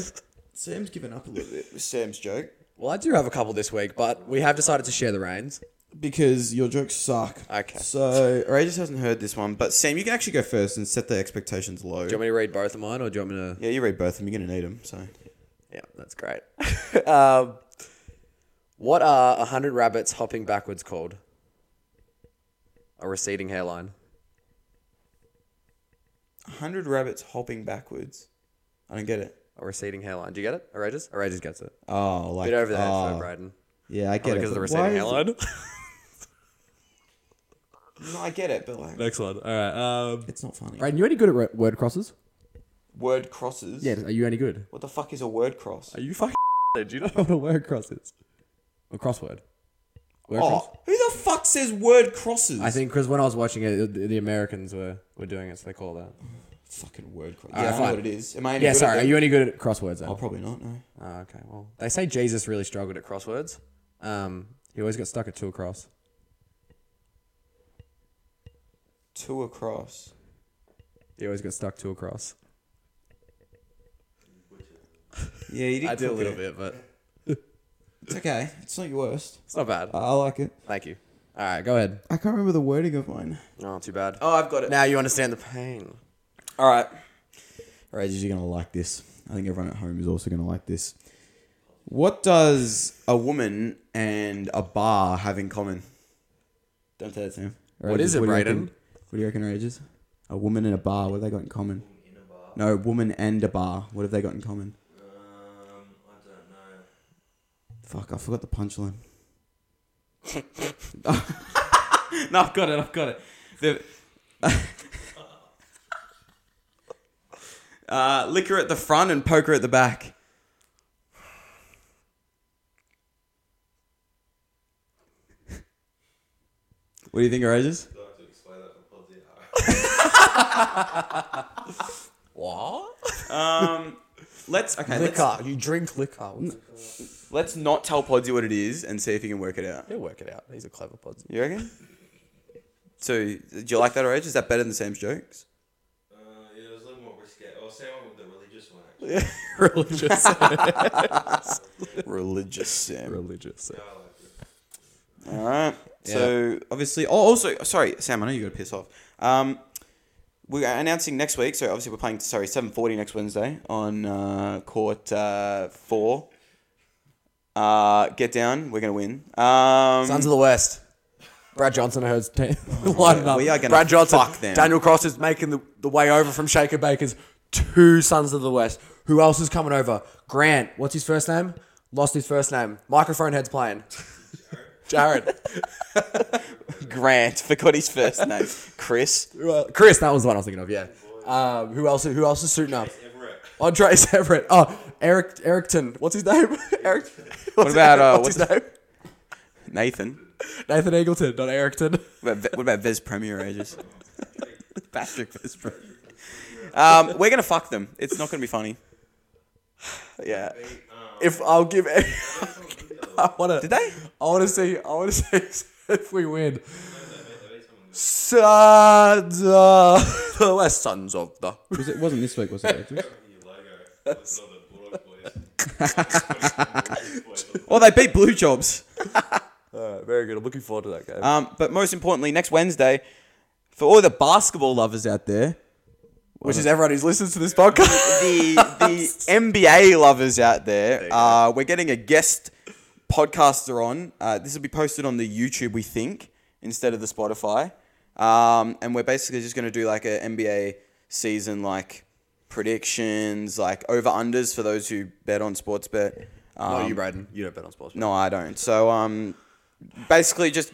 [SPEAKER 1] Sam's given up a little bit with Sam's joke
[SPEAKER 2] Well, I do have a couple this week, but we have decided to share the reins.
[SPEAKER 1] because your jokes suck.
[SPEAKER 2] Okay.
[SPEAKER 1] So Rages hasn't heard this one, but Sam, you can actually go first and set the expectations low.
[SPEAKER 2] Do you want me to read both of mine, or do you want me to?
[SPEAKER 1] yeah, you read both of them. You're gonna need them. So
[SPEAKER 2] Yeah, that's great. um, what are a hundred rabbits hopping backwards called? A receding hairline.
[SPEAKER 1] hundred rabbits hopping backwards. I don't get it.
[SPEAKER 2] A receding hairline. Do you get it? Arages? Arages gets it.
[SPEAKER 1] Oh, like
[SPEAKER 2] Bit over the head
[SPEAKER 1] oh,
[SPEAKER 2] for Brighton.
[SPEAKER 1] Yeah, I get it.
[SPEAKER 2] Because of
[SPEAKER 1] but
[SPEAKER 2] the receding
[SPEAKER 1] why is
[SPEAKER 2] hairline.
[SPEAKER 1] it- No, I get it, but like
[SPEAKER 2] Next one. All right. Um,
[SPEAKER 1] it's not funny.
[SPEAKER 2] Brayden, you any good at word crosses?
[SPEAKER 1] Word crosses.
[SPEAKER 2] Are you any good?
[SPEAKER 1] What the fuck is a word cross?
[SPEAKER 2] Are you fucking? Do you know what a word cross is? A crossword. Word cross?
[SPEAKER 1] Oh, who the fuck says word crosses?
[SPEAKER 2] I think because when I was watching it, the the Americans were, were doing it, so they call it that.
[SPEAKER 1] fucking word crosses.
[SPEAKER 2] All
[SPEAKER 1] Yeah,
[SPEAKER 2] right,
[SPEAKER 1] I know
[SPEAKER 2] fine.
[SPEAKER 1] what it is. Am I? Any
[SPEAKER 2] Yeah,
[SPEAKER 1] good at
[SPEAKER 2] sorry. Are
[SPEAKER 1] them?
[SPEAKER 2] you any good at crosswords?
[SPEAKER 1] Oh,
[SPEAKER 2] Then?
[SPEAKER 1] probably not. No.
[SPEAKER 2] Oh, okay. Well, they say Jesus really struggled at crosswords. Um, he always got stuck at two across.
[SPEAKER 1] Two across.
[SPEAKER 2] He always got stuck two across.
[SPEAKER 1] Yeah, you did.
[SPEAKER 2] I did a
[SPEAKER 1] cook
[SPEAKER 2] little
[SPEAKER 1] it.
[SPEAKER 2] bit, but
[SPEAKER 1] It's okay. It's not your worst.
[SPEAKER 2] it's not bad.
[SPEAKER 1] I, I like it.
[SPEAKER 2] Thank you. All right, go ahead.
[SPEAKER 1] I can't remember the wording of mine.
[SPEAKER 2] Oh, too bad.
[SPEAKER 1] Oh, I've got it.
[SPEAKER 2] Now you understand the pain.
[SPEAKER 1] All right. All right, you're gonna like this. I think everyone at home is also gonna like this. What does a woman and a bar have in common? Don't tell that to him.
[SPEAKER 2] What is it, Brayden?
[SPEAKER 1] What do you reckon, Rages? A woman and a bar. What have they got in common? No, woman and a bar. What have they got in common? Um, Fuck, I forgot the punchline. no, I've got it. I've got it. The, uh, liquor at the front and poker at the back. What do you think, Rages?
[SPEAKER 3] Uh,
[SPEAKER 2] What?
[SPEAKER 1] Let's okay. Let's,
[SPEAKER 2] Liquor. You drink liquor.
[SPEAKER 1] let's not tell Podsy what it is and see if he can work it out.
[SPEAKER 2] He'll work it out. He's a clever pod.
[SPEAKER 1] You reckon? so, do you like that, Rages? Is that better than Sam's jokes?
[SPEAKER 3] Uh, yeah, it was a little more risky. I'll say one with the religious one, actually.
[SPEAKER 2] Religious.
[SPEAKER 1] Religious Sam.
[SPEAKER 2] Religious.
[SPEAKER 1] All right. So obviously, oh, also sorry, Sam. I know you got to piss off. Um, we're announcing next week. So obviously, we're playing. Sorry, seven forty next Wednesday on uh, court uh, four. Uh, get down. We're gonna win. Um,
[SPEAKER 2] Sons of the West. Brad Johnson and Herd's team. Lining up.
[SPEAKER 1] we are gonna
[SPEAKER 2] Brad Johnson.
[SPEAKER 1] fuck them.
[SPEAKER 2] Daniel Cross is making the, the way over from Shaker Bakers. Two Sons of the West. Who else is coming over? Grant. What's his first name? Lost his first name. Microphone head's playing. Jared.
[SPEAKER 1] Grant forgot his first name. Chris.
[SPEAKER 2] Who el- Chris, that was the one I was thinking of, yeah. Um, who else who else is suiting up? Andre Everett. Oh, Eric Ericton. What's his name? Eric. What
[SPEAKER 1] about, uh,
[SPEAKER 2] what's his name?
[SPEAKER 1] Nathan.
[SPEAKER 2] Nathan Eagleton, not Ericton.
[SPEAKER 1] What about, Ve- what about Vez Premier Ages? Patrick Vez Premier. Um, we're gonna fuck them. It's not gonna be funny. Yeah.
[SPEAKER 2] if I'll give. Any, I want to.
[SPEAKER 1] Did they?
[SPEAKER 2] I want to see. I want to see if we win. Sons of the West, Sons of the.
[SPEAKER 1] Was it wasn't this week? Was it? Well, they beat Blue Jobs.
[SPEAKER 2] very good. I'm looking forward to that game.
[SPEAKER 1] Um, but most importantly, next Wednesday, for all the basketball lovers out there,
[SPEAKER 2] Which is everyone who's listened to this podcast.
[SPEAKER 1] the the NBA lovers out there, uh, we're getting a guest podcaster on. Uh, this will be posted on the YouTube, we think, instead of the Spotify. Um, and we're basically just going to do like a NBA season, like predictions, like over unders for those who bet on sports bet. Um,
[SPEAKER 2] oh, you, Braden. You don't bet on sports.
[SPEAKER 1] No, I don't. So um, basically just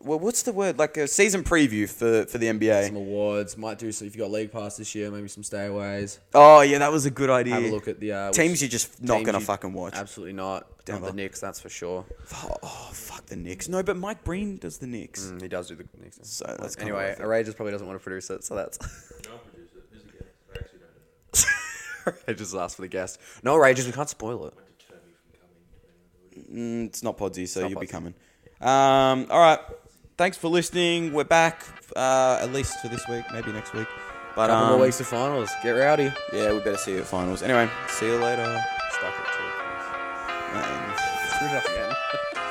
[SPEAKER 1] well, what's the word? Like a season preview for for the
[SPEAKER 2] Some
[SPEAKER 1] NBA.
[SPEAKER 2] awards might do so. If you got league pass this year, maybe some stayaways.
[SPEAKER 1] Oh yeah, that was a good idea.
[SPEAKER 2] Have a look at the uh,
[SPEAKER 1] teams
[SPEAKER 2] which-
[SPEAKER 1] you're just not
[SPEAKER 2] teams
[SPEAKER 1] gonna
[SPEAKER 2] you-
[SPEAKER 1] fucking watch.
[SPEAKER 2] Absolutely not.
[SPEAKER 1] Denver.
[SPEAKER 2] Not the Knicks, that's for sure.
[SPEAKER 1] Oh, oh, fuck the Knicks. No, but Mike Breen does the Knicks.
[SPEAKER 2] Mm, He does do the Knicks.
[SPEAKER 1] So that's kinda
[SPEAKER 2] anyway,
[SPEAKER 1] worth it.
[SPEAKER 2] Outrageous probably doesn't want to produce it, so that's. I just asked for the guest. No, Outrageous, we can't spoil it.
[SPEAKER 1] Mm, it's not Podsy, so
[SPEAKER 2] not
[SPEAKER 1] you'll be
[SPEAKER 2] Podsy.
[SPEAKER 1] coming. Um, all right. Thanks for listening. We're back uh, at least for this week, maybe next week. But
[SPEAKER 2] Couple
[SPEAKER 1] um,
[SPEAKER 2] more weeks of finals. Get rowdy.
[SPEAKER 1] yeah, we better see you at finals. Anyway, see you later.
[SPEAKER 2] Stuck it too.
[SPEAKER 1] Um,
[SPEAKER 2] Screwed it up again.